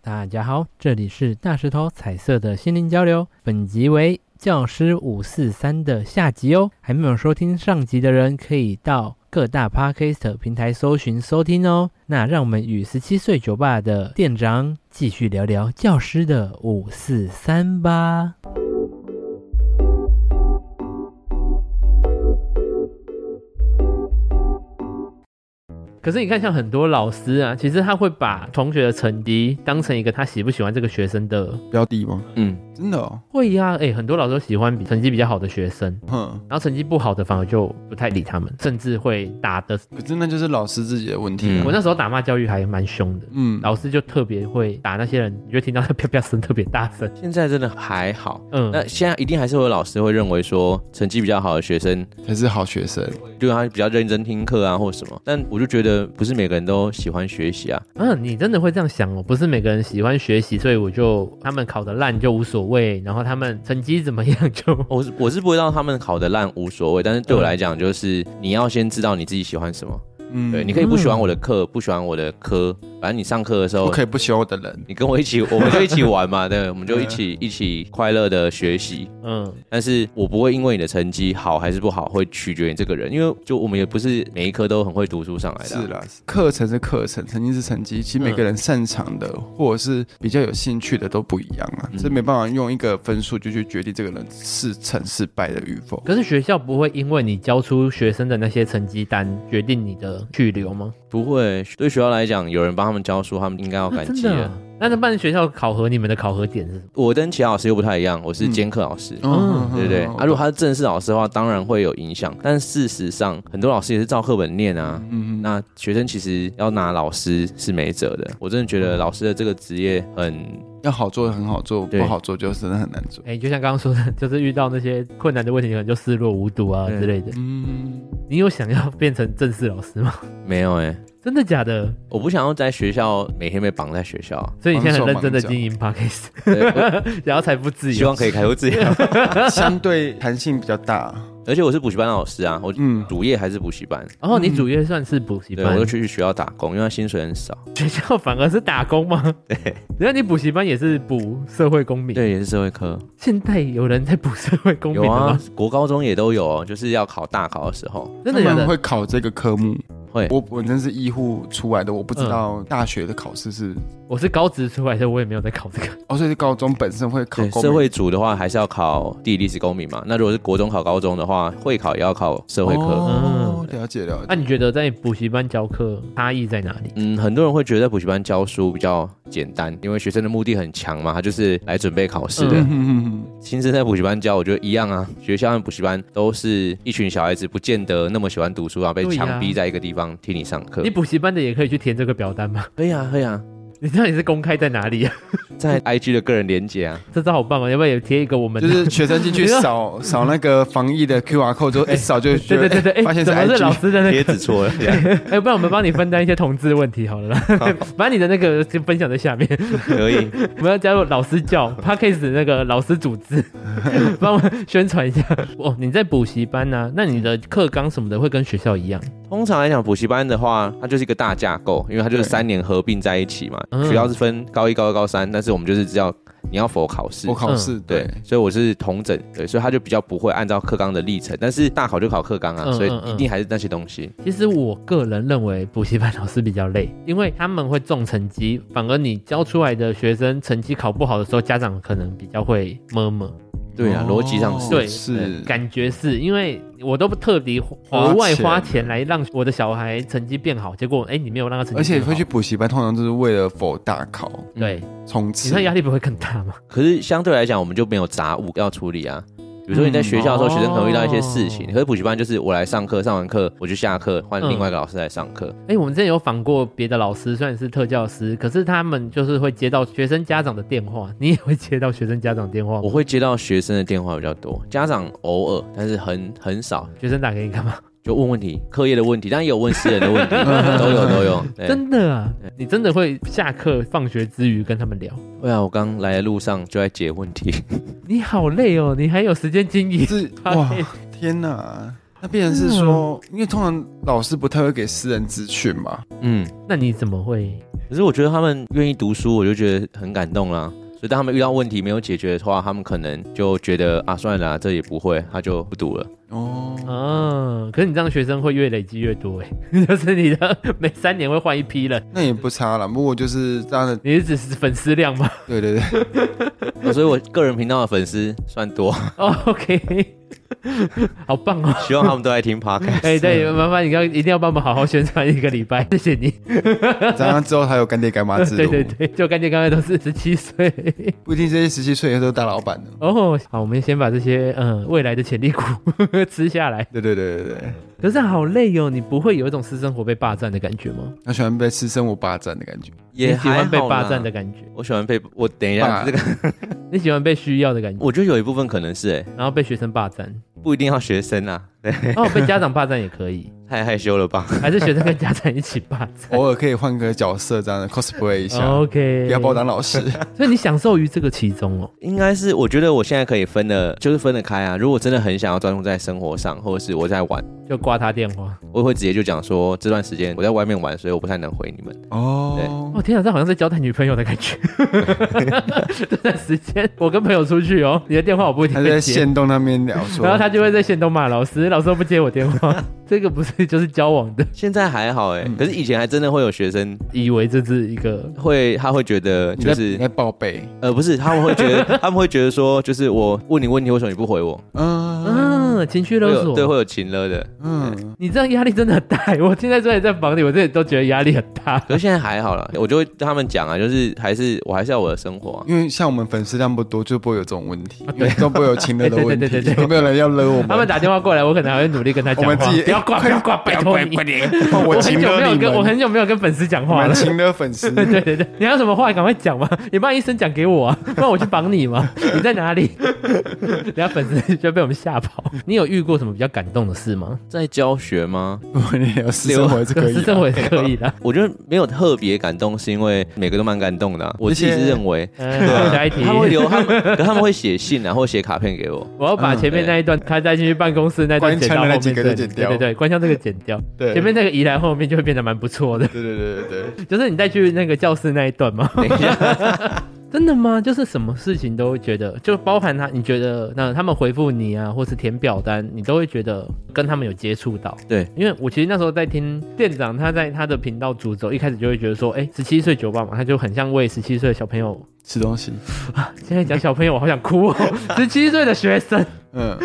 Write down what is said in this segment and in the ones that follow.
大家好，这里是大石头彩色的心灵交流，本集为教师五四三的下集哦。还没有收听上集的人，可以到各大 podcast 平台搜寻收听哦。那让我们与十七岁酒吧的店长继续聊聊教师的五四三吧。可是你看，像很多老师啊，其实他会把同学的成绩当成一个他喜不喜欢这个学生的标的吗？嗯，真的哦，会呀、哎、很多老师都喜欢比成绩比较好的学生，哼，然后成绩不好的反而就不太理他们，甚至会打的。可是那就是老师自己的问题啊嗯我那时候打骂教育还蛮凶的，嗯，老师就特别会打那些人，你就听到他 啪啪声特别大声。现在真的还好。嗯，那现在一定还是会有老师会认为说，成绩比较好的学生，才是好学生。对他比较认真听课啊，或什么。但我就觉得不是每个人都喜欢学习啊。嗯，你真的会这样想哦？不是每个人喜欢学习，所以我就他们考得烂就无所谓，然后他们成绩怎么样就 我是我是不会让他们考得烂无所谓，但是对我来讲，就是你要先知道你自己喜欢什么。嗯，对，你可以不喜欢我的课，不喜欢我的科，反正你上课的时候不，可以不喜欢我的人。你跟我一起，我们就一起 玩嘛，对，我们就一起 一起快乐的学习。嗯但是我不会因为你的成绩好还是不好，会取决于你这个人，因为就我们也不是每一科都很会读书上来的、啊是，啦，课程是课程，成绩是成绩。其实每个人擅长的、或者是比较有兴趣的都不一样啊，嗯这没办法用一个分数就去决定这个人是成是败的与否。可是学校不会因为你交出学生的那些成绩单决定你的去留吗？不会对学校来讲，有人帮他们教书，他们应该要啊感真激的的。啊、那那办学校考核你们的考核点是什么？我跟其他老师又不太一样，我是兼课老师。嗯对哦不对？啊，如果他是正式老师的话，当然会有影响。但事实上，很多老师也是照课本念啊。嗯那学生其实要拿老师是没辙的。我真的觉得老师的这个职业很要好做很好做，对不好做就真的很难 做。哎、就像刚刚说的，就是遇到那些困难的问题，可能就视若无睹啊对之类的。嗯，你有想要变成正式老师吗？ 没有哎、真的假的？我不想要在学校每天被绑在学校，啊所以你现在很认真的忙手忙脚经营 podcast， 对我 然后财富自希由。望可以开拓自己。相对弹性比较大。 而且我是补习班老师啊，我嗯主业还是补习班。然后你主业算是补习对，班我，就去学校打工，因为他薪水很少。学校反而是打工吗？ 对，然后你补习班也是补社会公民。，对，也是社会科。现在有人在补社会公民了有啊吗？，国高中也都有哦，就是要考大考的时候真的他假们的？会考这个科目。会。我本身是医护出来的，我不知嗯道大学的考试是、我是高职出来的，我也没有在考这个。 哦，所以是高中本身会考对，公民社会组的话还是要考地理、历史、公民嘛。那如果是国中考高中的话，会考也要考社会科。哦，嗯了解了那、解。你觉得在补习班教课差异在哪里？嗯，很多人会觉得在补习班教书比较简单，因为学生的目的很强嘛，他就是来准备考试 的。嗯嗯新生在补习班教，我觉得一样啊。学校和补习班都是一群小孩子，不见得那么喜欢读书啊，被对呀强逼在一个地方听你上课你。补习班的也可以去填这个表单吗？ 可以啊，可以啊，你知道你是公开在哪里啊？在 IG 的个人连接啊，这招好棒啊！要不要也贴一个我们就的？是学生进去 扫扫那个防疫的 QR code 之后，一扫就对觉对得对对，哎、哎发现是怎么是老 IG，师在那？贴纸错了。哎、不然我们帮你分担一些同志问题好了啦， 把你的那个就分享在下面。 可以，我们要加入老师教 p a c k a s 那个老师组织，帮我们宣传一下。哦，你在补习班呢、那你的课纲什么的会跟学校一样？通常来讲，补习班的话，它就是一个大架构，因为它就是对三年合并在一起嘛。嗯学校是分高一、高二、高三，但是我们就是只要你要否考试我，考嗯试对对，，所以我是同整，对，所以他就比较不会按照课纲的历程，但是大考就考课纲啊，嗯所以嗯嗯一定还是那些东西。其实我个人认为补习班老师比较累，因为他们会重成绩，反而你教出来的学生成绩考不好的时候，家长可能比较会摸摸。对啊，哦逻辑上是。对呃是感觉是因为我都特地额外花钱来让我的小孩成绩变好，结果哎、你没有让他成而绩且变好，会去嗯补习班，通常就是为了否大考对，冲你刺那。压力不会更大吗？ 可是相对来讲，我们就没有杂物要处理啊。比如说你在学校的时候，嗯学生可能遇到一些事哦情，可是补习班就是我来上课，上完课我就下课，换嗯另外一个老师来上课。哎、我们之前有访过别的老师，虽然是特教师，可是他们就是会接到学生家长的电话，你也会接到学生家长电话我吗？会接到学生的电话比较多，家长偶尔，但是很很少，学生打给你干嘛？就问问题，课业的问题，当然也有问私人 的问题，都有都有。对，嗯真的啊对，你真的会下课、放学之余跟他们聊？对啊，我刚来的路上就在解问题。你好累哦，你还有时间经营？是哎哇，天哪！那变成是说，嗯因为通常老师不太会给私人资讯嘛，嗯， 那你怎么会？可是我觉得他们愿意读书，我就觉得很感动啦。所以当他们遇到问题没有解决的话，他们可能就觉得啊，算了啦，这也不会，他就 不读了。哦，啊，可是你这样学生会越累积越多哎， 就是你的每三年会换一批人，那也不差了。不过就是当然，你是指是粉丝量 吗对对对，哦所以我个人频道的粉丝 算多，哦？OK，好棒哦！希望他们都爱听 podcast。 哎、对，麻烦你刚一定要帮我们好好宣传一个礼拜， 谢谢你。这样之后还有干爹干妈制度， 对对对，就干爹刚才都是十七岁 不一定这些十七岁以后都是大老板的。哦。好，我们先把这些嗯未来的潜力股 吃下来。对对对对对，可是好累哦，你不会有一种私生活被霸占的感觉吗？他喜欢被私生活霸占的感觉。也你喜欢被霸占的的。感觉，我喜欢被我等一下霸这个，你喜欢被需要的感觉，我觉得有一部分可能是哎、然后被学生霸 占，不一定要学生啊，对，哦，被家长霸占也可以，太害羞了吧？还是学生跟家长一起霸占。偶尔可以换个角色，这样的 cosplay 一下， OK，不要把我当老 师。所以你享受于这个其中哦。应该是，我觉得我现在可以分的，就是分得开啊。如果真的很想要专注在生活上，或者是我在玩，就挂他电话。我会直接就讲说这段时间我在外面玩，所以我不太能回你们。哦，哦，天啊，这好像在交代女朋友的感觉。这段时间我跟朋友出去哦，你的电话我不一定他会在接，线动那边聊说， 然后他就会在线都骂老师，老师都不接我电 话，这个不是就是交往的，现在还好哎、嗯可是以前还真的会有学生以为这是一个会，他会觉得你在就你是在报备，呃不是，他们会觉 得他们会觉得说就是我问你问题，为什么你不回我？嗯嗯、情绪会勒有对索。会有情了的。嗯，你这样压力真的很大，我现在虽然在房里，我自己都觉得压力很大。可是现在还好了，我就会跟他们讲啊，就是还是我还是要我的生活、啊。因为像我们粉丝量不多，就不会有这种问题，因为都不会有情勒的问啊 对对对对题，对都没有人要勒我他们们。打电话过来，我可能还会努力跟他讲话。我们自己不要挂，不要挂，拜托你。点，换我 我很情久没勒有你跟我们，很久没有跟粉丝讲我话了们。情勒粉丝。 对对对，你还有什么话赶快讲嘛，你把医生讲给我啊，不然我去绑你嘛。你在哪里？ 等下粉丝 就被我们吓跑。你有遇过什么比较感动的事吗？在教学吗？我们聊私生活还是可以啊私 的，生活也是可以 的。我觉得没有特别感动，是因为每个都蛮感动的啊、我自己是认为，嗯，啊好下一题 他。们会留他们，可他们会写信啊，或写卡片给我。我要把前面那一段他带进去办公室那段剪到后面这里，嗯关枪的那几对个就剪掉对对，关枪这个剪掉，对前面那个移来后面就会变得蛮不错的。 对对对对对，就是你再去那个教室那一段吗？等一下，真的吗？就是什么事情都会觉得，就包含他，你觉得那他们回复你啊，或是填表单，你都会觉得跟他们有接触到。对，因为我其实那时候在听店长他在他的频道主轴，一开始就会觉得说，哎、1十七岁酒吧嘛，他就很像为十七岁的小朋友。吃东西，现在讲小朋友，我好想哭哦。十七岁的学生 嗯，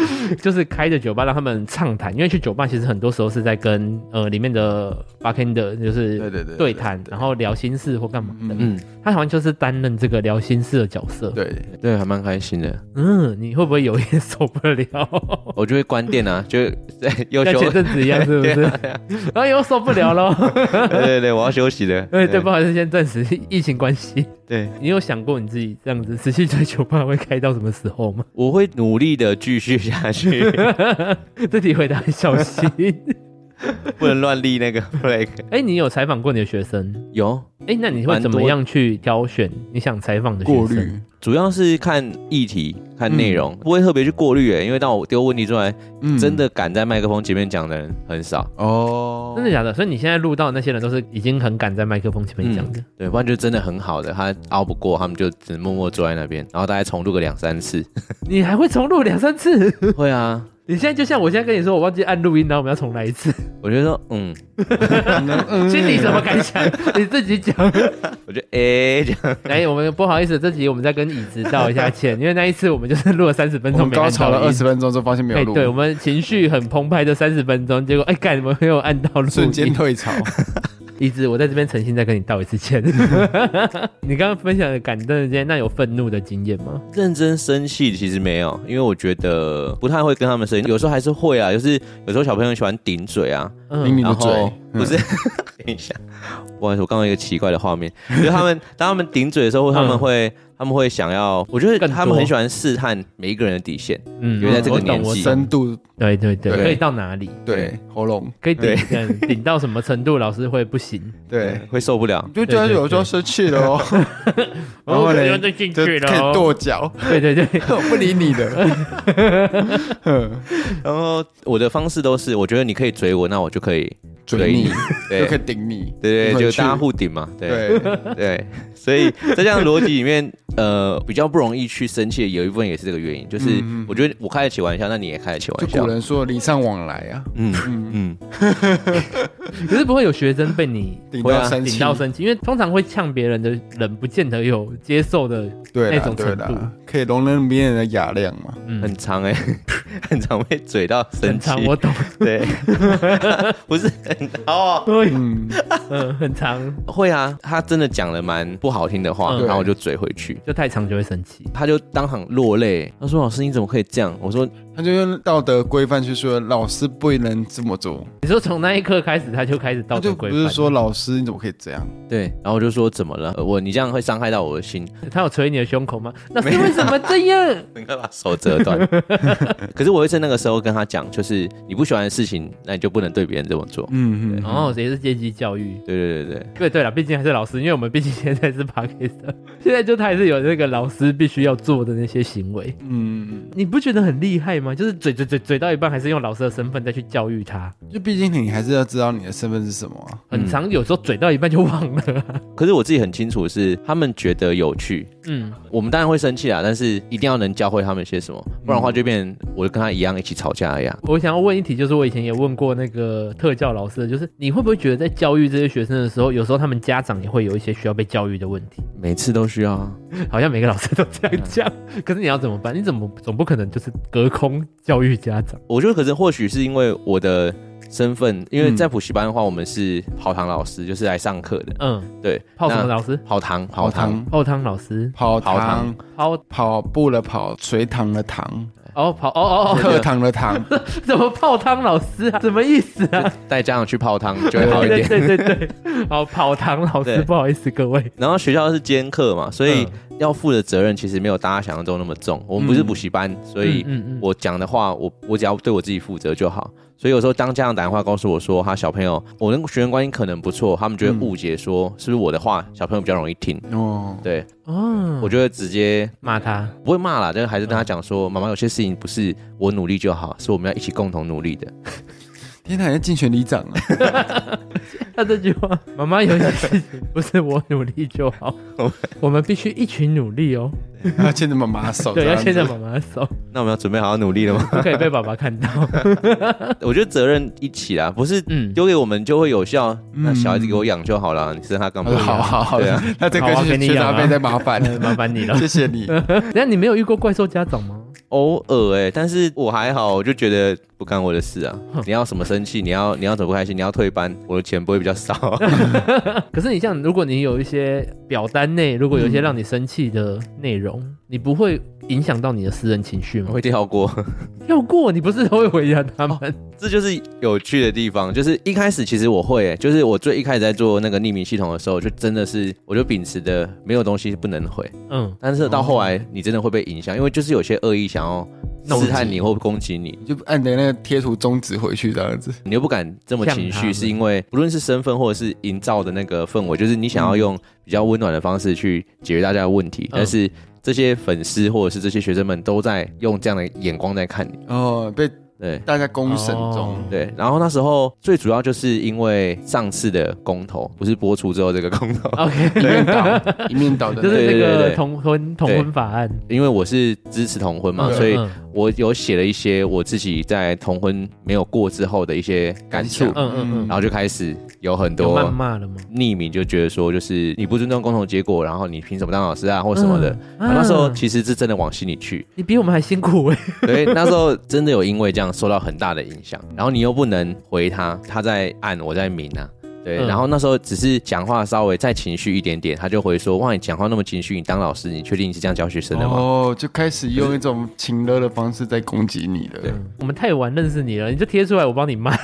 就是开着酒吧让他们畅谈，因为去酒吧其实很多时候是在跟呃里面的 bartender 就对是对对，对谈，然后聊心事或干嘛的。嗯嗯，他好像就是担任这个聊心事的角色。对，对，还蛮开心的。嗯，你会不会有一点 受不了？我就会关店啊，就对要像休前，阵子一样，是不是？ 然后又受不了咯。 对对对，我要休息了。哎，对，不好意思，先暂时疫情关系。对，你有想过你自己这样子十七岁酒吧会开到什么时候吗？我会努力的继续下去，这题回答很小心。 不能乱立那个 flag。哎，你有采访过你的学生？有，哎，那你会怎么样去挑选你想采访的过学生？滤，主要是看议题、看内容，不会特别去过滤诶、因为当我丢问题出来，嗯真的敢在麦克风前面讲的人很少。哦，真的假的？所以你现在录到的那些人都是已经很敢在麦克风前面讲的。对，不然就真的很好的，他熬不过，他们就只默默坐在那边，然后大概重录个两三次。你还会重录两三次？ 会啊，你现在就像我现在跟你说，我忘记按录音，然后我们要重来一次， 我觉得说，嗯，嗯心里什么感想？ 你自己讲。我觉得哎，这样 哎、我们不好意思，这集我们再跟椅子道一下歉，因为那一次我们就是录了三十分我钟，们没按高潮到了二音。十分钟之后，发现没哎、有录，对我们情绪很澎湃的三十分钟，结果哎，干、怎么没有按到录音？瞬间退潮。椅子，我在这边诚心再跟你道一次歉。 你刚刚分享的感动的经验，那有愤怒的经验吗？认真生气其实没有，因为我觉得不太会跟他们生气，有时候还是会啊，就是有时候小朋友喜欢顶嘴啊，嗯明明你的然后嘴嗯不是， 等一下，不好意思，我刚刚有一个奇怪的画面，就是 他们当他们顶嘴的时候，他们会、嗯他们会想要，我觉得更他们多很喜欢试探每一个人的底线，嗯因为在这个我懂年纪我懂 深度对对对，对可以到哪里？对喉咙，可以顶对嗯顶到什么程度，老师会不行，对，会受不了你。就觉得有时候生气 了哦， 然后哦嘞我就进就去了开始哦。跺脚， 对对对，我不理 你的。嗯然后我的方式都是，我觉得你可以追我，那我就可以嘴你，对就可以顶你，对对，回就去大家互顶嘛，对。对，对，所以在这样的逻辑里面，呃，比较不容易去生气，有一部分也是这个原因，就是嗯嗯我觉得我开得起玩笑，那你也开得起就玩古笑，人说礼尚往来啊，嗯嗯，嗯，可是不会有学生被你顶会到啊生顶气，到生气，因为通常会呛别人的人，不见得有接受的，对那啦种对程啦，可以容忍别人的雅量嘛。嗯很，长哎、 很常被嘴到生很气长，，我懂， 对， 不是很哦，对，嗯，嗯，很长，会啊，他真的讲了蛮不好听的话，嗯然后我就嘴回去。就太长就会生气。他就当场落泪，他说：“老师，你怎么可以这样？”我说他就用道德规范去说老师不能这么做，你说从那一刻开始，他就开始道他德就规不范，是说老师你怎么可以这样？：“对。”然后我就说：“怎么了？呃我你这样会伤害到我的心，他有捶你的胸口 吗？那是为什么这样？能够把手折断。 可是我会在那个时候跟他讲，就是你不喜欢的事情，那你就不能对别人这么做。嗯嗯，哦，也是阶级教育。对对对对，对对了，毕竟还是老师，因为我们毕竟现在是 p a k i s t 现在就他还是有那个老师必须要做的那些行为，嗯，你不觉得很厉害吗？就是嘴嘴嘴嘴到一半，还是用老师的身份再去教育他，就毕竟你还是要知道你的身份是什么啊。很常有时候嘴到一半就忘了啊、可是我自己很清楚是他们觉得有趣，嗯，我们当然会生气啦，啊但是一定要能教会他们些什么，不然的话就变成我跟他一样一起吵架一样。我想要问一题，就是我以前也问过那个特教老师的，就是你会不会觉得在教育这些学生的时候，有时候他们家长也会有一些需要被教育的问题？ 每次都需要啊，好像每个老师都这样讲，可是你要怎么办？你怎么总不可能就是隔空教育家长？我觉得可是或许是因为我的身份，因为嗯在补习班的话，我们是跑堂老师，就是来上课的。嗯，对，泡什么那老师？跑堂，跑跑堂堂，、泡汤老师，跑跑堂堂、泡跑步的跑、垂堂的堂、哦跑哦哦哦， 课堂的堂，怎么泡汤老师啊？什么意思啊？带家长去泡汤就会好一对点。对对对，好跑堂老师，对不好意思各位，然后学校是兼课嘛，所以嗯要负的责任其实没有大家想象中那么重。我们不是补习班，所以嗯嗯嗯我讲的话，我我只要对我自己负责就好。所以有时候当家长打电话告诉我说，他小朋友，我跟学生关系可能不错，他们就会误解说、是不是我的话小朋友比较容易听。哦，对，哦，我就会直接骂他，不会骂啦，但是还是跟他讲说，妈妈有些事情不是我努力就好，是我们要一起共同努力的。天哪，要竞选里长啊！他这句话，妈妈有些事情不是我努力就 好，我们必须一起努力哦，要牵着妈妈的手，对，这要样牵子着妈妈的 手，那我们要准备好要努力了吗？不可以被爸爸看到， 我觉得责任一起啦，不是嗯，丢给我们就会有效，那嗯小孩子给我养就好了，你生他干他嘛说？好好好对啊，那这个好啊就是给你学养杂啊费再麻烦了，麻烦你了。谢谢你。那你没有遇过怪兽家长吗？偶尔哎、但是我还好，我就觉得不干我的事啊哼。你要什么生气，你要你要怎么不开心，你要退班，我的钱不会比 较少。可是你像，如果你有一些表单内，如果有一些让你生气的内容，你不会影响到你的私人情绪我吗？会跳过，要过，你不是都会回答他们？ 这就是有趣的地方。就是一开始其实我会、欸，就是我最一开始在做那个匿名系统的时候，就真的是我就秉持的没有东西不能回，嗯，但是到后来你真的会被影响，因为就是有些恶意想要弄试探你你或攻击你，你就按着那个贴图终止回去这样子，你又不敢这么情呛他绪，们是因为不论是身份或者是营造的那个氛围，就是你想要用比较温暖的方式去解决大家的问题，嗯但是这些粉丝或者是这些学生们都在用这样的眼光在看你，哦，被对。大家公审哦中，对，然后那时候最主要就是因为上次的公投，不是播出之后这个公投， OK，一面倒，一面倒的 就那是那对对对个对同婚同婚法案 因为我是支持同婚嘛，嗯所以嗯我有写了一些我自己在同婚没有过之后的一些感触，嗯嗯然嗯，后就开始有很有多谩骂了吗？匿名就觉得说，就是你不尊重公投结果，然后你凭什么当老师啊，或什么的。嗯啊那时候啊其实是真的往心里去，你比我们还辛苦哎，所以那时候真的有因为这样受到很大的影响。嗯然后你又不能回他，他在暗，我在明啊。对，嗯然后那时候只是讲话稍微再情绪一点点，他就回说：“哇，你讲话那么情绪，你当老师，你确定你是这样教学生的吗？”哦，就开始用一种情勒的方式在攻击你了。嗯对我们太晚认识你了，你就贴出来，我帮你骂。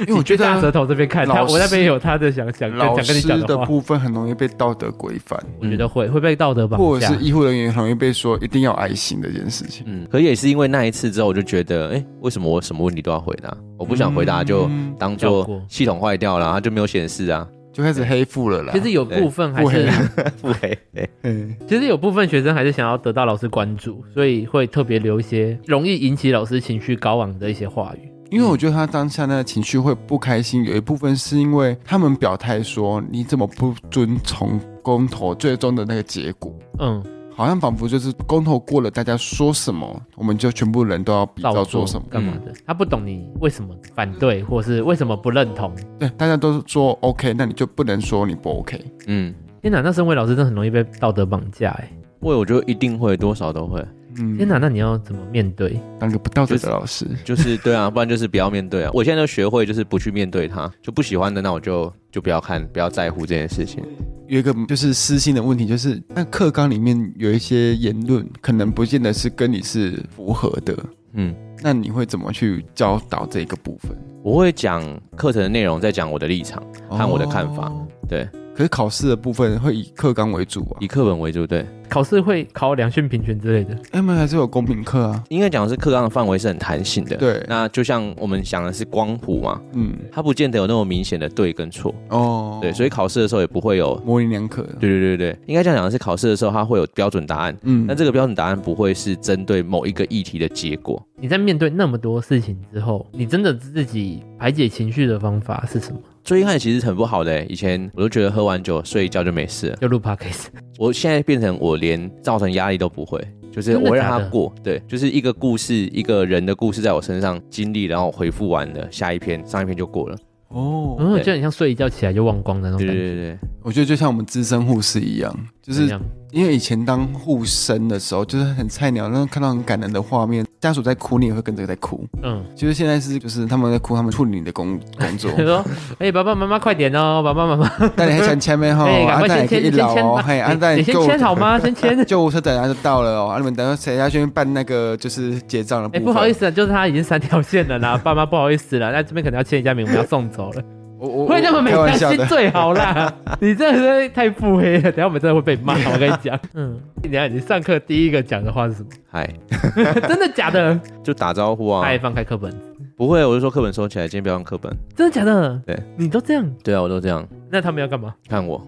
因为我觉大舌得头这边看他，老师我那边有他的想想跟老想跟你师讲的话，部分很容易被道德规范，我觉得会会被道德绑或者架是。医护人员很容易被说一定要有爱心的这件事情。嗯，可也是因为那一次之后，我就觉得，哎、为什么我什么问题都要回答？我不想回答就嗯当跳过做系统坏掉了，它就没有显示 啊。就开始黑腹了啦。其实有部分还是啊对，不回，嗯，其实有部分学生还是想要得到老师关注，所以会特别留一些容易引起老师情绪高昂的一些话语。因为我觉得他当下那个情绪会不开心，有一部分是因为他们表态说你怎么不遵从公投最终的那个结果，嗯，好像仿佛就是公投过了，大家说什么，我们就全部人都要比照照做做什么。嗯干嘛的？他不懂你为什么反对，或是为什么不认同。对，大家都说 OK，那你就不能说你不 OK。嗯，天哪，那身为老师真的很容易被道德绑架哎！会我就一定会，多少都会，嗯，天哪，那你要怎么面对？当个不道德就的老师，就是对啊，不 然就是不要面对啊。我现在就学会就是不去面对它，就不喜欢的那我就就不要看，不要在乎这件事情。有一个就是私心的问题，就是那课纲里面有一些言论，可能不见得是跟你是符合的，嗯，那你会怎么去教导这个部分？我会讲课程的内容，再讲我的立场，看我的看法哦对，可是考试的部分会以课纲为主啊以，课本为主，对。考试会考两性平权之类的，他们还哎是有公民课啊。应该讲是课纲的范围是很弹性的。对那就像我们想的是光谱嘛，嗯，它不见得有那么明显的对跟错。哦，对，所以考试的时候也不会有。模棱两可。对对对对，应该这样讲的是考试的时候，它会有标准答案。嗯那这个标准答案不会是针对某一个议题的结果，你在面对那么多事情之后，你真的自己排解情绪的方法是什么？最一开始其实很不好的、欸。以前我都觉得喝完酒睡一觉就没事了，就录 podcast，我现在变成我连造成压力都不会，就是真的我会让假它的过。对，就是一个故事，一个人的故事在我身上经历，然后回复完了，下一篇上一篇就过了。哦，嗯，就很像睡一觉起来就忘光的那种对感对觉。对对，我觉得就像我们资深护士一样，就怎是样因为以前当护生的时候，就是很菜鸟，然后看到很感人的画面，家属在哭，你也会跟着在哭。嗯，其实现在是就是他们在哭，他们处理你 的工工作他，说：“哎、爸爸妈妈快点哦，爸爸妈妈，但你还想签没吼？ 哎、赶阿快先蛋也可签，以先老签哦，吧，哎嘿，阿你蛋你先救签好 吗？ 先签。”救护车等下就到了哦，啊你们等下谁要先办那个就是结账的部哎、分？不好意，思啊，就是他已经三条线了啦，爸妈不好意思了，那这边可能要签一下名，我们要送走了。我我会那么没开玩耐笑心的，最好 啦，你这个太腹黑了，等下我们真的会被骂，我跟你讲。嗯，你下你上课第一个讲的话是什么？ 嗨，真的假的？就打招呼哦啊他。也放开课本，不会，我就说课本收起来，今天不要用课本。真的假的？对，你都这样，对啊，我都这样，那他们要干嘛？看我，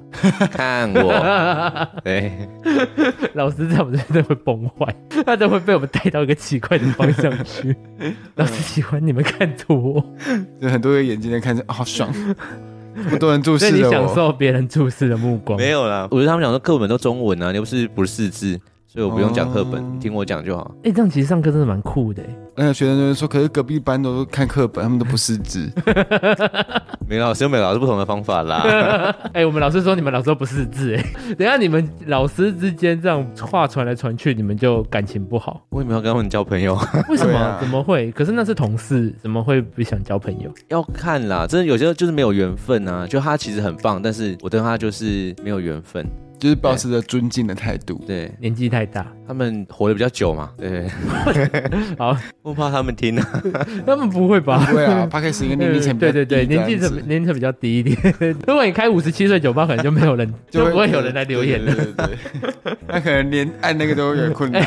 看我，对，老师在我们这边会崩坏，他都会被我们带到一个奇怪的方向 去。老师喜欢你们看图，对，很多人眼睛在看着，啊好 爽，这么多人注所以视你着享我。受别人注视的目光。没有啦。我觉得他们讲说课本都中文啊，你又不是不识字，所以我不用讲课本，哦你听我讲就好。哎、这样其实上课真的蛮酷的。那个学生就说，可是隔壁班都看课本，他们都不识字。每个老师有每个老师不同的方法 啦。哎、我们老师说你们老师都不识字，哎，等一下你们老师之间这样话传来传去，你们就感情不 好，我也没有跟他们交朋友，为什么？对啊怎么会？可是那是同事，怎么会不想交朋友？要看啦。真的有些就是没有缘分啊。就他其实很棒，但是我对他就是没有缘分。就是保持着尊敬的态度。对年纪太大，他们活得比较久嘛，对， 好，不怕他们听啊。他们嗯不会吧？对啊 p a c k e t 跟年龄层比对较对对，低这年样纪子层年纪层比较低一点。 如果你开五十七岁酒吧，可能就没有人， 就不会有人来留言对了。对对， 对那可能连按那个都有点困难。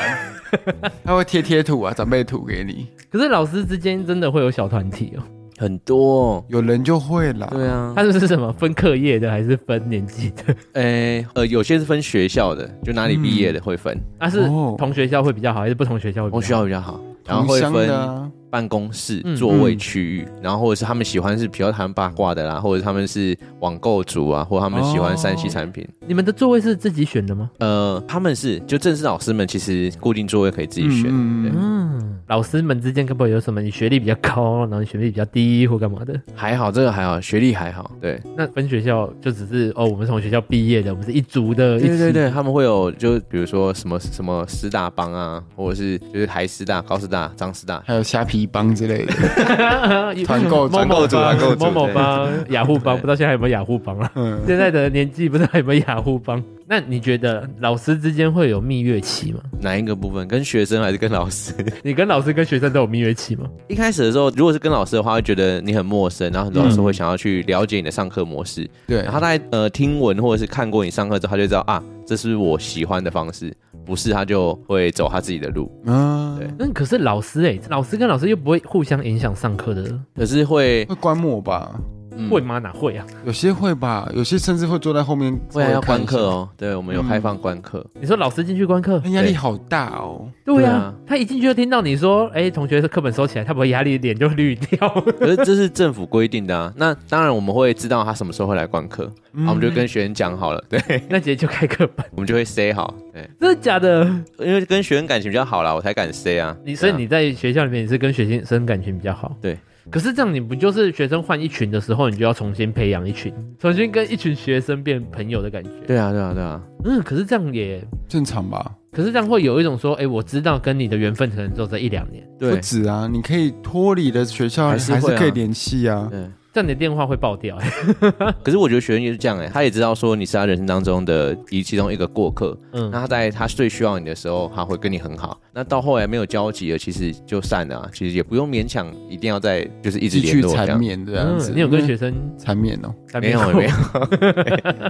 他会贴贴图啊，长辈图给你，可是老师之间真的会有小团体哦，嗯很多，有人就会啦。对啊，他们是什么分课业的还是分年纪的？ 诶、呃，有些是分学校的，就哪里毕业的会分，他啊是哦同学校会比较好，还是不同学校会我比学较好？校比较好，然后同会乡的分啊，办公室嗯、座位区域，然后或者是他们喜欢是比较谈八卦的啦，或者他们是网购族啊，或者他们喜欢山哦西产品。你们的座位是自己选的吗？呃，他们是就正式老师们其实固定座位可以自己选，嗯嗯嗯，老师们之间该不会有什么你学历比较高，然后你学历比较低或干嘛的？还好这个还好，学历还好，对那分学校就只是哦，我们从学校毕业的，我们是一族的，一对起对 对，他们会有就比如说什么什么师大帮啊，或者是就是台师大、高师大、张师大，还有虾皮帮之类的，团团购啊某团某购组团购帮、组某某对帮、雅虎帮，对不知道现在还有没有雅虎帮啊？嗯，现在的年纪不知道有没有雅虎帮。那你觉得老师之间会有蜜月期吗？哪一个部分？跟学生还是跟老师？ 你跟老师跟学生都有蜜月期吗？一开始的时候，如果是跟老师的话，会觉得你很陌生，然后很多老师会想要去了解你的上课模式。对然后他在呃听闻或者是看过你上课之后，他就知道啊，这是我喜欢的方式，不是他就会走他自己的路。啊，对那可是老师哎、老师跟老师又不会互相影响上课的，嗯可是会、会观摩吧，嗯会吗？哪会啊？有些会吧，有些甚至会坐在后面会啊要观课哦，哦，对我们有开放观课。你说老师进去观课，哎那压力好大哦，对对呀、啊他一进去就听到你说，哎、同学课本收起来，他不会压力脸就绿掉？可是这是政府规定的啊，那当然我们会知道他什么时候会来观课，嗯啊我们就跟学员讲好了，对，哎 那直接就开课本，我们就会 say 好，对，真的假的？因为跟学员感情比较好啦，我才敢 say 啊。你所以对啊你在学校里面你是跟学生感情比较好，对。可是这样你不就是学生换一群的时候，你就要重新培养一群，重新跟一群学生变朋友的感觉？嗯对啊，对啊，对啊，嗯，可是这样也，正常吧，可是这样会有一种说，哎、我知道跟你的缘分可能只有这一两年，不对，止啊，你可以脱离了学校，还还是是会啊可以联系啊，对。这样你的电话会爆掉、哎可是我觉得学员也是这样哎、他也知道说你是他人生当中的一其中一个过客，嗯那他在他最需要你的时候，他会跟你很好。那到后来没有交集了，其实就散了啊、其实也不用勉强一定要再就是一直继联续络这缠样。绵这样子，嗯，你有跟学嗯生缠绵哦，谈啊没恋有爱没有过，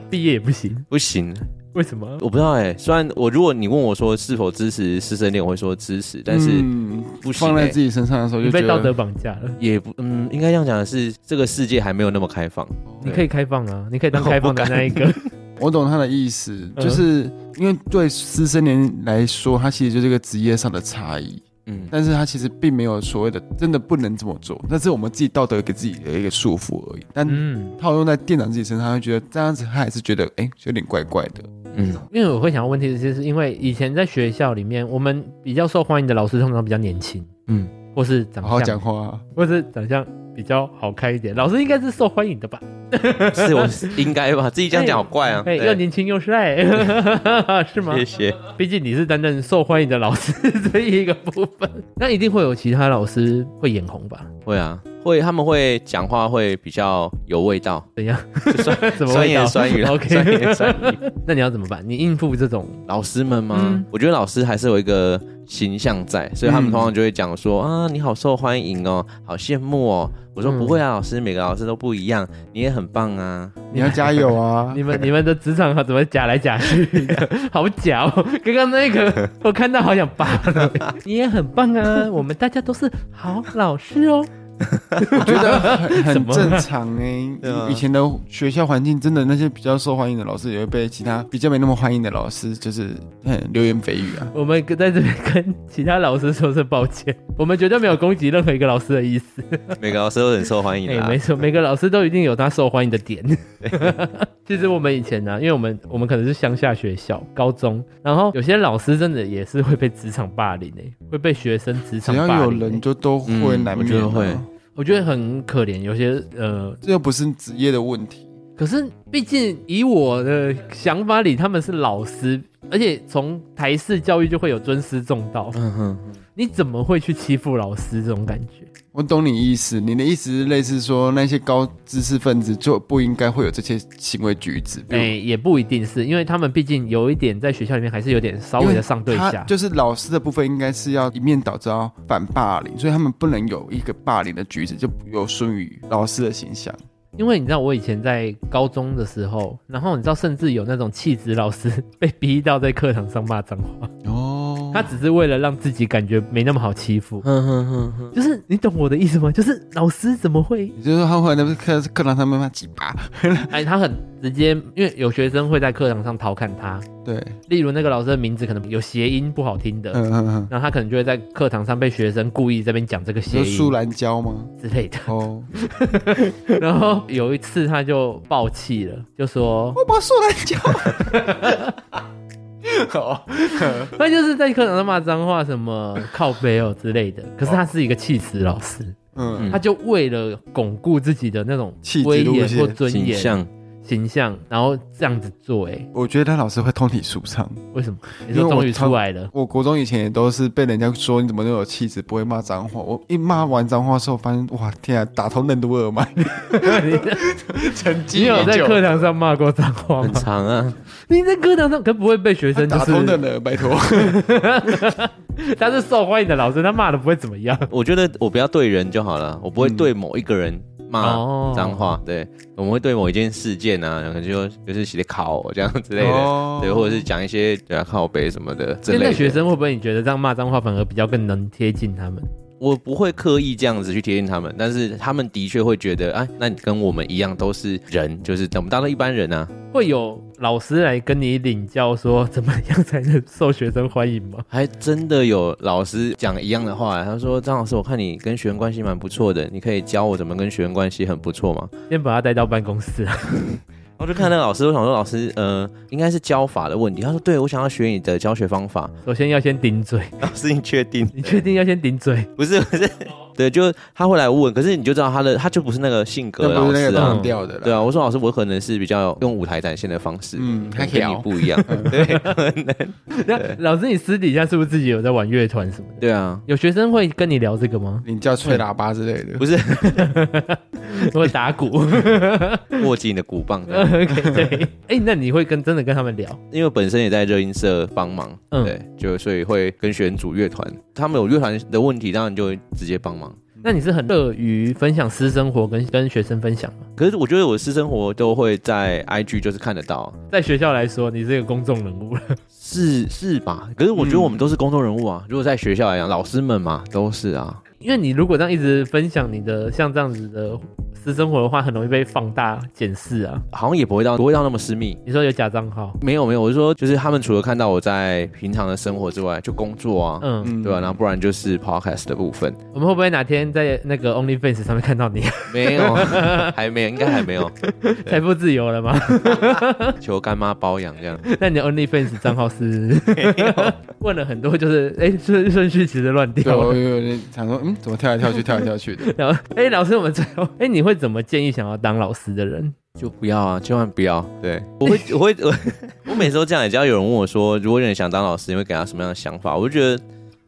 毕业也不行，不行，为什么？我不知道哎、虽然我如果你问我说是否支持师生恋，我会说支持，但是嗯不行放欸在自己身上的时候你就被觉道德得绑架了。也不嗯，应该这样讲的是，这个世界还没有那么开放。你可以开放啊，你可以当我不开放的敢那一个。 我懂他的意思，嗯就是因为对师生年来说，它其实就是一个职业上的差异，嗯，但是它其实并没有所谓的真的不能这么做，那是我们自己道德给自己的一个束缚而已。但嗯，套用在店长自己身上，他会觉得这样子，他还是觉得哎、有点怪怪的。嗯，因为我会想要问题，就是因为以前在学校里面，我们比较受欢迎的老师通常比较年轻，嗯，或是长好好相，讲话啊、或是长相比较好看一点，老师应该是受欢迎的吧？是我应该吧？自己这样讲好怪啊。哎，对又年轻又帅， 是吗谢？谢。毕竟你是担任受欢迎的老师 这一个部分，那一定会有其他老师会眼红吧？会啊，会他们会讲话会比较有味道，怎样？什么酸味道言酸语 啦 OK 酸言酸语。那你要怎么办？你应付这种老师们吗？嗯我觉得老师还是有一个形象在，所以他们嗯通常就会讲说、啊，你好受欢迎哦，好羡慕哦。我说嗯！不会啊，老师每个老师都不一样，你也很棒啊。你要加油啊 你们你们的职场啊怎么假来假去 的？好假哦！刚刚那 个我看到好想扒了。你也很棒啊，我们大家都是好老师哦。我觉得很 什很么正常哎、 对啊以前的学校环境真的那些比较受欢迎的老师，也会被其他比较没那么欢迎的老师就是嗯流言蜚语啊。我们在这边跟其他老师说声抱歉，我们绝对没有攻击任何一个老师的意思。每个老师都很受欢迎哎、的、啊没错，每个老师都一定有他受欢迎的点。 其实我们以前啊呢、因为我们我们可能是乡下学校、高中，然后有些老师真的也是会被职场霸凌诶、会被学生职只场要霸有凌、人欸。就都会嗯难我觉免、得啊会我觉得很可怜，有些呃这又不是职业的问题。可是，毕竟以我的想法里，他们是老师，而且从台式教育就会有尊师重道。嗯哼，你怎么会去欺负老师这种感觉？我懂你意思，你的意思是类似说那些高知识分子就不应该会有这些行为举止，比哎、如也不一定是因为他们毕竟有一点在学校里面还是有点稍微的上对他下，就是老师的部分应该是要一面倒，知道反霸凌，所以他们不能有一个霸凌的举止，就不有损于老师的形象。因为你知道我以前在高中的时候，然后你知道甚至有那种气质老师 被逼到在课堂上骂脏话，哦他只是为了让自己感觉没那么好欺负。嗯哼哼哼哼，就是你懂我的意思吗？就是老师怎么会也就是说他后来在课课堂上面骂鸡巴，哎，他很直接，因为有学生会在课堂上调侃他，对，例如那个老师的名字可能有谐音不好听的，嗯嗯嗯，然后他可能就会在课堂上被学生故意这边讲这个谐有树音懒胶吗？之类的。 哦，然后有一次他就爆气了，就 说我把树懒 胶。好，他就是在课堂上骂脏话，什么靠背哦之类的。可是他是一个气质老师，嗯嗯他就为了巩固自己的那种气质威路严线或尊形严，象形象，然后这样子做、哎，我觉得他老师会通体舒畅。为什么？你因为说我终于常出来 了， 我国中以前也都是被人家说你怎么那么有气质，不会骂脏话。我一骂完脏话的时候，我发现哇天啊，打通任督二 脉，成绩你有在课堂堂上骂过脏话很吗？长啊，你在课堂上可不会被学生就打通的是，呢，拜托。他是受欢迎的老师，他骂的不会怎么样。我觉得我不要对人就好了，我不会对某一个人骂哦脏话，对，我们会对某一件事件啊，然后就就是写的考这样之类的，哦对，或者是讲一些对啊靠背什么的之现类在的。学生会不会你觉得这样骂脏话反而比较更能贴近他们？我不会刻意这样子去贴近他们，但是他们的确会觉得，哎，那你跟我们一样都是人，就是我们当做一般人啊。会有老师来跟你领教说怎么样才能受学生欢迎吗？还真的有老师讲一样的话，他说：“张老师，我看你跟学员关系蛮不错的，你可以教我怎么跟学员关系很不错吗先把他带到办公室啊，？”然后就看那个老师，我想说老师，呃，应该是教法的问题。他说：“对，我想要学你的教学方法。首先要先顶嘴，”老师，你确定？你确定要先顶嘴？不是不是，对，就他会来问，可是你就知道他的他就不是那个性格的那不老是那师个啊。当掉的对啦。啊，我说老师，我可能是比较用舞台展现的方式，嗯，还跟可以你聊。啊不一样。对那老师，你私底下是不是自己有在玩乐团什么的？对啊，有学生会跟你聊这个 吗？你叫吹喇叭之类的，不是会打 鼓握紧你的鼓棒这样， ？OK，对。 哎、那你会跟真的跟他们聊？因为本身也在热音社帮忙，嗯对，就所以会跟学员组乐团，他们有乐团的问题，当然就会直接帮忙。那你是很乐于分享私生活跟跟学生分享吗？可是我觉得我的私生活都会在 IG 就是看得到，在学校来说，你是一个公众人物了。 是是吧？可是我觉得我们都是公众人物啊，如果在学校来讲，老师们嘛都是啊，因为你如果这样一直分享你的像这样子的私生活的话，很容易被放大检视啊。好像也不会到不会到那么私密。你说有假账号，没有没有，我是说，就是他们除了看到我在平常的生活之外，就工作啊，嗯，嗯对吧、然后不然就是 podcast 的部分，我们会不会哪天在那个 OnlyFans 上面看到你？没有， 还没有，应该还没有，财富自由了吗？ 求干妈包养这样。那你的 OnlyFans 账号是？ 问了很多，就是哎顺顺序其实乱 对，掉我了。有点想说，嗯，怎么跳来跳去，跳来跳去的？然后哎，老师，我们最后哎，你会怎么建议想要当老师的人？就不要啊，千万不要。对，我会，我会，我 我每次都这样。只要有人问我说，如果有人想当老师，你会给他什么样的想法？我就觉得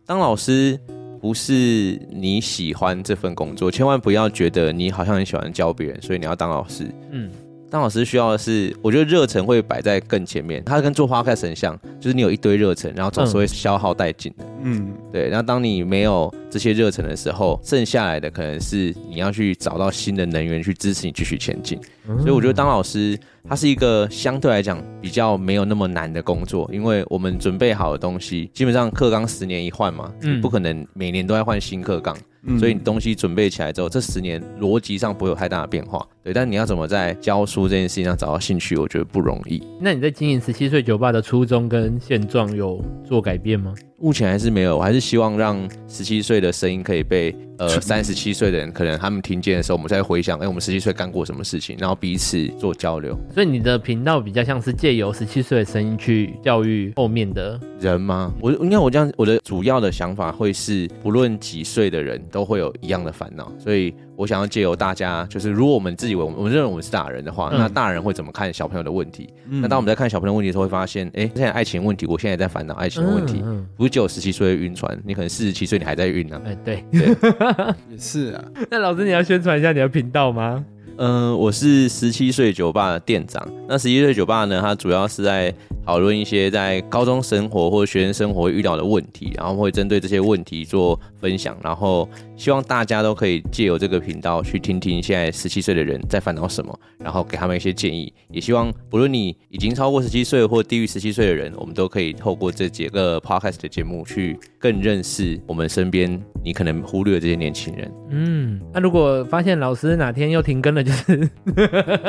当老师不是你喜欢这份工作，千万不要觉得你好像很喜欢教别人，所以你要当老师。嗯，当老师需要的是，我觉得热忱会摆在更前面。它跟做花 o d 很像，就是你有一堆热忱，然后总是会消耗殆尽的。 嗯，对，然后当你没有这些热忱的时候，剩下来的可能是你要去找到新的能源去支持你继续前进。所所以我觉得当老师，它是一个相对来讲比较没有那么难的工作，因为我们准备好的东西，基本上课纲十年一换嘛，嗯你不可能每年都在换新课纲，嗯所以你东西准备起来之后，这十年逻辑上不会有太大的变化。对，但你要怎么在教书这件事情上找到兴趣，我觉得不容易。那你在经营十七岁酒吧的初衷跟现状有做改变吗？目前还是没有，我还是希望让十七岁的声音可以被呃传三十七岁的人，可能他们听见的时候，我们再回想，哎、我们十七岁干过什么事情，然后彼此做交流。所以你的频道比较像是借由十七岁的声音去教育后面的，人吗？我应该我这样，我的主要的想法会是，不论几岁的人都会有一样的烦恼，所以我想要借由大家，就是如果我们自以为我们我们认为我们是大人的话，嗯那大人会怎么看小朋友的问题？嗯那当我们在看小朋友的问题的时候，会发现，哎、现在爱情问题，我现在也在烦恼爱情的问题。嗯不是只有十七岁会晕船，你可能四十七岁你还在晕啊嗯。哎、对。 也是啊，那老师，你要宣传一下你的频道吗？嗯、我是十七岁酒吧的店长。那十七岁酒吧呢，它主要是在讨论一些在高中生活或学生生活遇到的问题，然后会针对这些问题做分享，然后希望大家都可以借由这个频道去听听现在十七岁的人在烦恼什么，然后给他们一些建议。也希望不论你已经超过十七岁或低于十七岁的人，我们都可以透过这几个 podcast 的节目去更认识我们身边你可能忽略的这些年轻人。嗯，那如果发现老师哪天又停更了，就是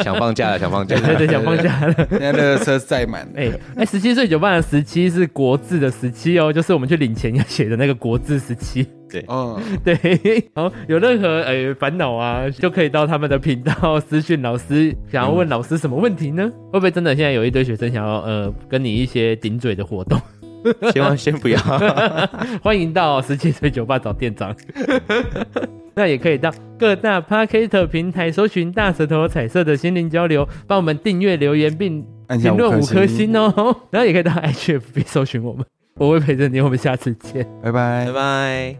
想放假了，想放假对 了。对对，想放假了。现在的车载满了。 哎哎，十七岁酒吧的十七是国字的十七哦，就是我们去领钱要写的那个国字十七。 哦，对，然后有任何哎烦恼啊，就可以到他们的频道私讯老师，想要问老师什么问题呢？会不会真的现在有一堆学生想要呃跟你一些顶嘴的活动？希望先不要。欢迎到十七岁酒吧找店长。 那也可以到各大 p o c a s t 平台搜寻“大舌头彩色的心灵交流”，帮我们订阅、留言并按下评论五五颗星哦，哦。然后也可以 到 HFB 搜寻我们，我会陪着你，我们下次见。拜拜拜。拜。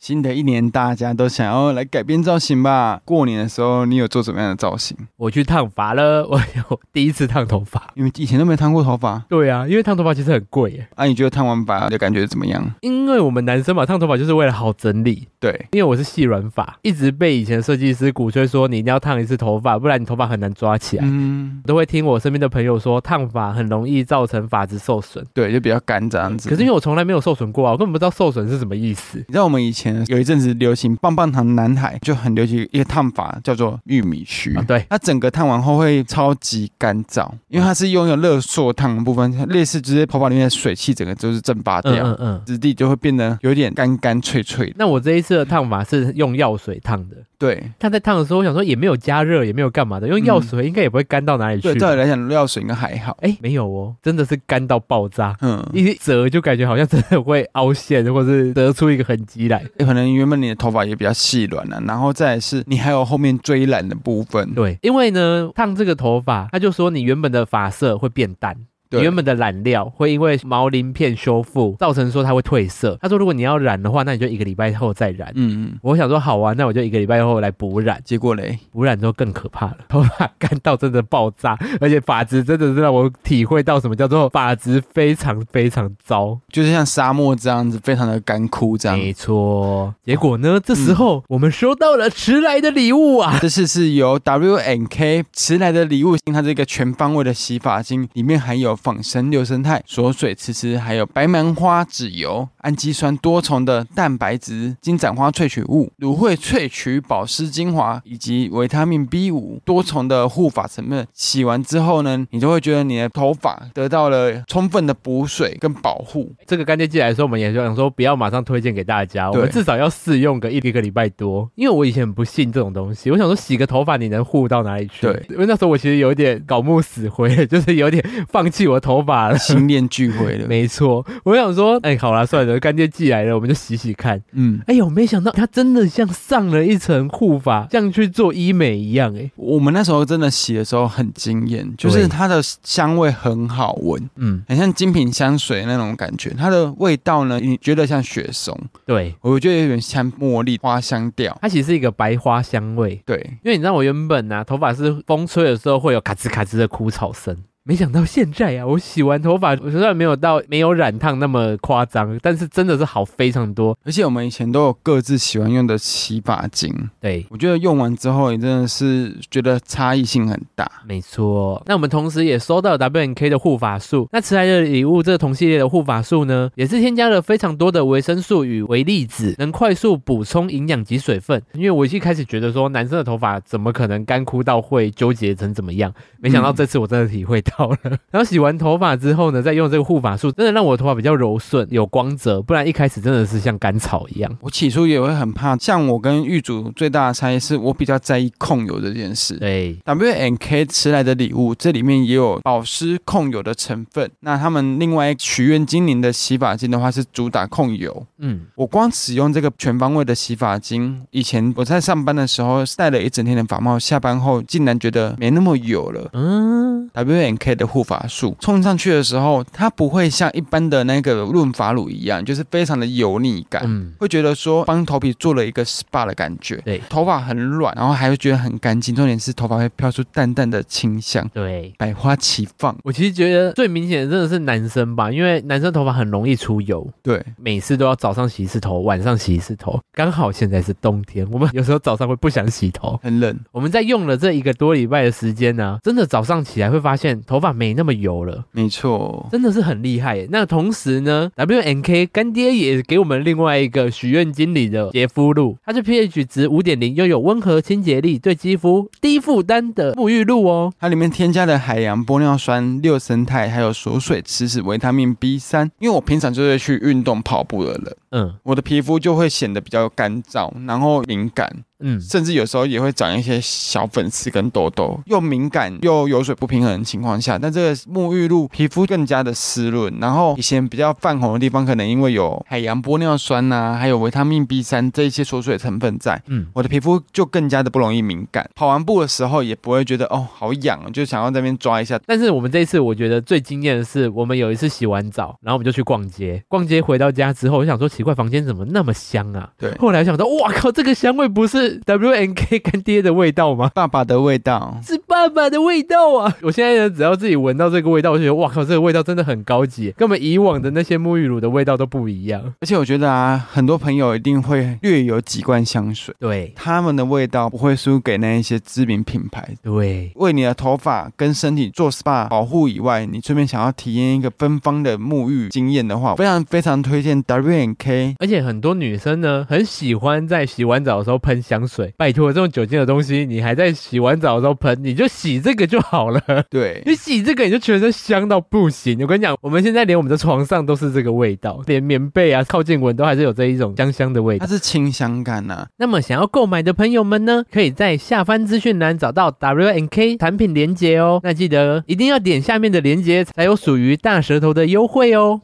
新的一年，大家都想要来改变造型吧？过年的时候，你有做怎么样的造型？我去烫发了， 我有第一次烫头发。因为以前都没烫过头发，对啊，因为烫头发其实很贵耶，啊，你觉得烫完发的感觉怎么样？因为我们男生嘛，烫头发就是为了好整理。对，因为我是细软发，一直被以前设计师鼓吹说你一定要烫一次头发，不然你头发很难抓起来。嗯，都会听我身边的朋友说，烫发很容易造成发质受损。对，就比较干这样子。可是因为我从来没有受损过啊，我根本不知道受损是什么意思。你知道我们以前有一阵子流行棒棒糖男孩，就很流行一个烫法叫做玉米须啊，。对，它整个烫完后会超级干燥，因为它是拥有热缩烫的部分，类似直接头发里面的水汽整个就是蒸发嗯掉，嗯嗯。质地就会变得有点干干脆脆的。那我这一次的烫发是用药水烫的，对但在烫的时候，我想说也没有加热，也没有干嘛的，用药水应该也不会干到哪里去对，吧。照理来讲，药水应该还好。哎，没有哦，真的是干到爆炸，嗯，一折就感觉好像真的会凹陷，或是折出一个痕迹来。可能原本你的头发也比较细软了、然后再来是你还有后面追染的部分，对，因为呢，烫这个头发，他就说你原本的发色会变淡，你对原本的染料会因为毛鳞片修复造成说它会褪色。他说如果你要染的话，那你就一个礼拜后再染。嗯，嗯我想说好啊，那我就一个礼拜后来补染，结果嘞，补染之后更可怕了， 头发干到真的爆炸，而且发质真的是让我体会到什么叫做发质非常非常糟。就是像沙漠这样子，非常的干枯这样。嗯没错，结果呢，这时候我们收到了迟来的礼物啊！ 这次是由 W N K 迟来的礼物它这个全方位的洗发精，里面含有仿生六生态、锁水磁石，还有白蛮花籽油、氨基酸多重的蛋白质、金盏花萃取物、芦荟萃取保湿精华以及维他命 B 五多重的护发成分。洗完之后呢，你就会觉得你的头发得到了充分的补水跟保 护。这个干爹寄来的时候，我们也想说不要马上推荐给大家，我们对至少要试用个一一个礼拜多。因为我以前很不信这种东西，我想说洗个头发你能护到哪里去？对因为那时候我其实有点搞木死灰 了，就是有点放弃我的头发 了。新恋聚会了，没错，我想说，哎，好啦，算了，干爹寄来了，我们就洗洗看。嗯。哎呦，没想到它真的像上了一层护发，像去做医美一样、哎，我们那时候真的洗的时候很惊艳，就对是它的香味很好闻，嗯，很像精品香水那种感觉。它的味道呢，你觉得像雪松，对，我觉得有点像茉莉花香调。它其实是一个白花香味。对，因为你知道我原本啊，头发是风吹的时候会有咔吱咔吱的枯草声，没想到现在啊，我洗完头发，我虽然没有到没有染烫那么夸张，但是真的是好非常多。而且我们以前都有各自喜欢用的洗发精，对，我觉得用完之后，你真的是觉得差异性很大。没错。那我们同时也收到了 W N K 的护发素，那迟来的礼物这个同系列的护发素呢，也是添加了非常多的维生素与微粒子，能快速补充营养及水分。因为我一开始觉得说男生的头发怎么可能干枯到会纠结成怎么样，没想到这次我真的体会到了。 然后洗完头发之后呢，再用这个护发素，真的让我的头发比较柔顺，有光泽，不然一开始真的是像干草一样。我起初也会很怕，像我跟玉主最大的差异是我比较在意控油这件事。对， W N K 迟来的礼物，这里面也有保湿控油的成分。那他们另外许愿精灵的洗发精的话，是主打控油。嗯，我光使用这个全方位的洗发精，以前我在上班的时候戴了一整天的发帽，下班后竟然觉得没那么油了。嗯， W N K 的护发素冲上去的时候，它不会像一般的那个润发乳一样，就是非常的油腻感。嗯，会觉得说帮头皮做了一个 SPA 的感觉，对头发很软，然后还会觉得很干净，重点是头发会飘出淡淡的清香，对。百花齐放。我其实觉得最明显的真的是男生吧，因为男生头发很容易出油，对，每次都要早上洗一次头，晚上洗一次头。刚好现在是冬天，我们有时候早上会不想洗头。很冷，我们在用了这一个多礼拜的时间呢、真的早上起来会发现头发没那么油了。没错。真的是很厉害耶。那同时呢，W N K 干爹也给我们另外一个许愿经理的洁肤露，它是 pH 值五点零，拥有温和清洁力，对肌肤低负担的沐浴露哦。它里面添加了海洋玻尿酸、六生态，还有锁水磁石、维他命 B 三。因为我平常就是去运动跑步的人，嗯，我的皮肤就会显得比较干燥，然后敏感。嗯，甚至有时候也会长一些小粉刺跟痘痘，又敏感又油水不平衡的情况下，但这个沐浴露皮肤更加的湿润，然后以前比较泛红的地方，可能因为有海洋玻尿酸呐、还有维他命 B 三这一些锁水成分在，嗯嗯，我的皮肤就更加的不容易敏感，跑完步的时候也不会觉得哦好痒哦，就想要在那边抓一下，但是我们这一次，我觉得最惊艳的是，我们有一次洗完澡，然后我们就去逛街。逛街回到家之后，我想说奇怪，房间怎么那么香啊？对 后来想到，哇靠，这个香味不是 W N K 干爹的味道吗？爸爸的味道。 是爸爸的味道啊！我现在呢，只要自己闻到这个味道，我就觉得哇靠，这个味道真的很高级，跟我们以往的那些沐浴乳的味道都不一样。而且我觉得啊，很多朋友一定会略有几罐香水，对他们的味道不会输给那一些知名品牌。对，为你的头发跟身体做 SPA 保护以外，你顺便想要体验一个芬芳的沐浴经验的话，非常非常推荐 W N K。而且很多女生呢，很喜欢在洗完澡的时候喷香水。拜托，这种酒精的东西，你还在洗完澡的时候喷，你就洗这个就好了。 对，你洗这个你就全身香到不行。我跟你讲，我们现在连我们的床上都是这个味道，连棉被啊、靠近闻都还是有这一种香香的味它道。是清香感呐、啊。那么想要购买的朋友们呢，可以在下方资讯栏找到 W N K 产品连接哦。那记得一定要点下面的连接，才有属于大舌头的优惠哦。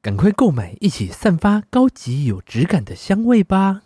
赶快购买，一起散发高级有质感的香味吧！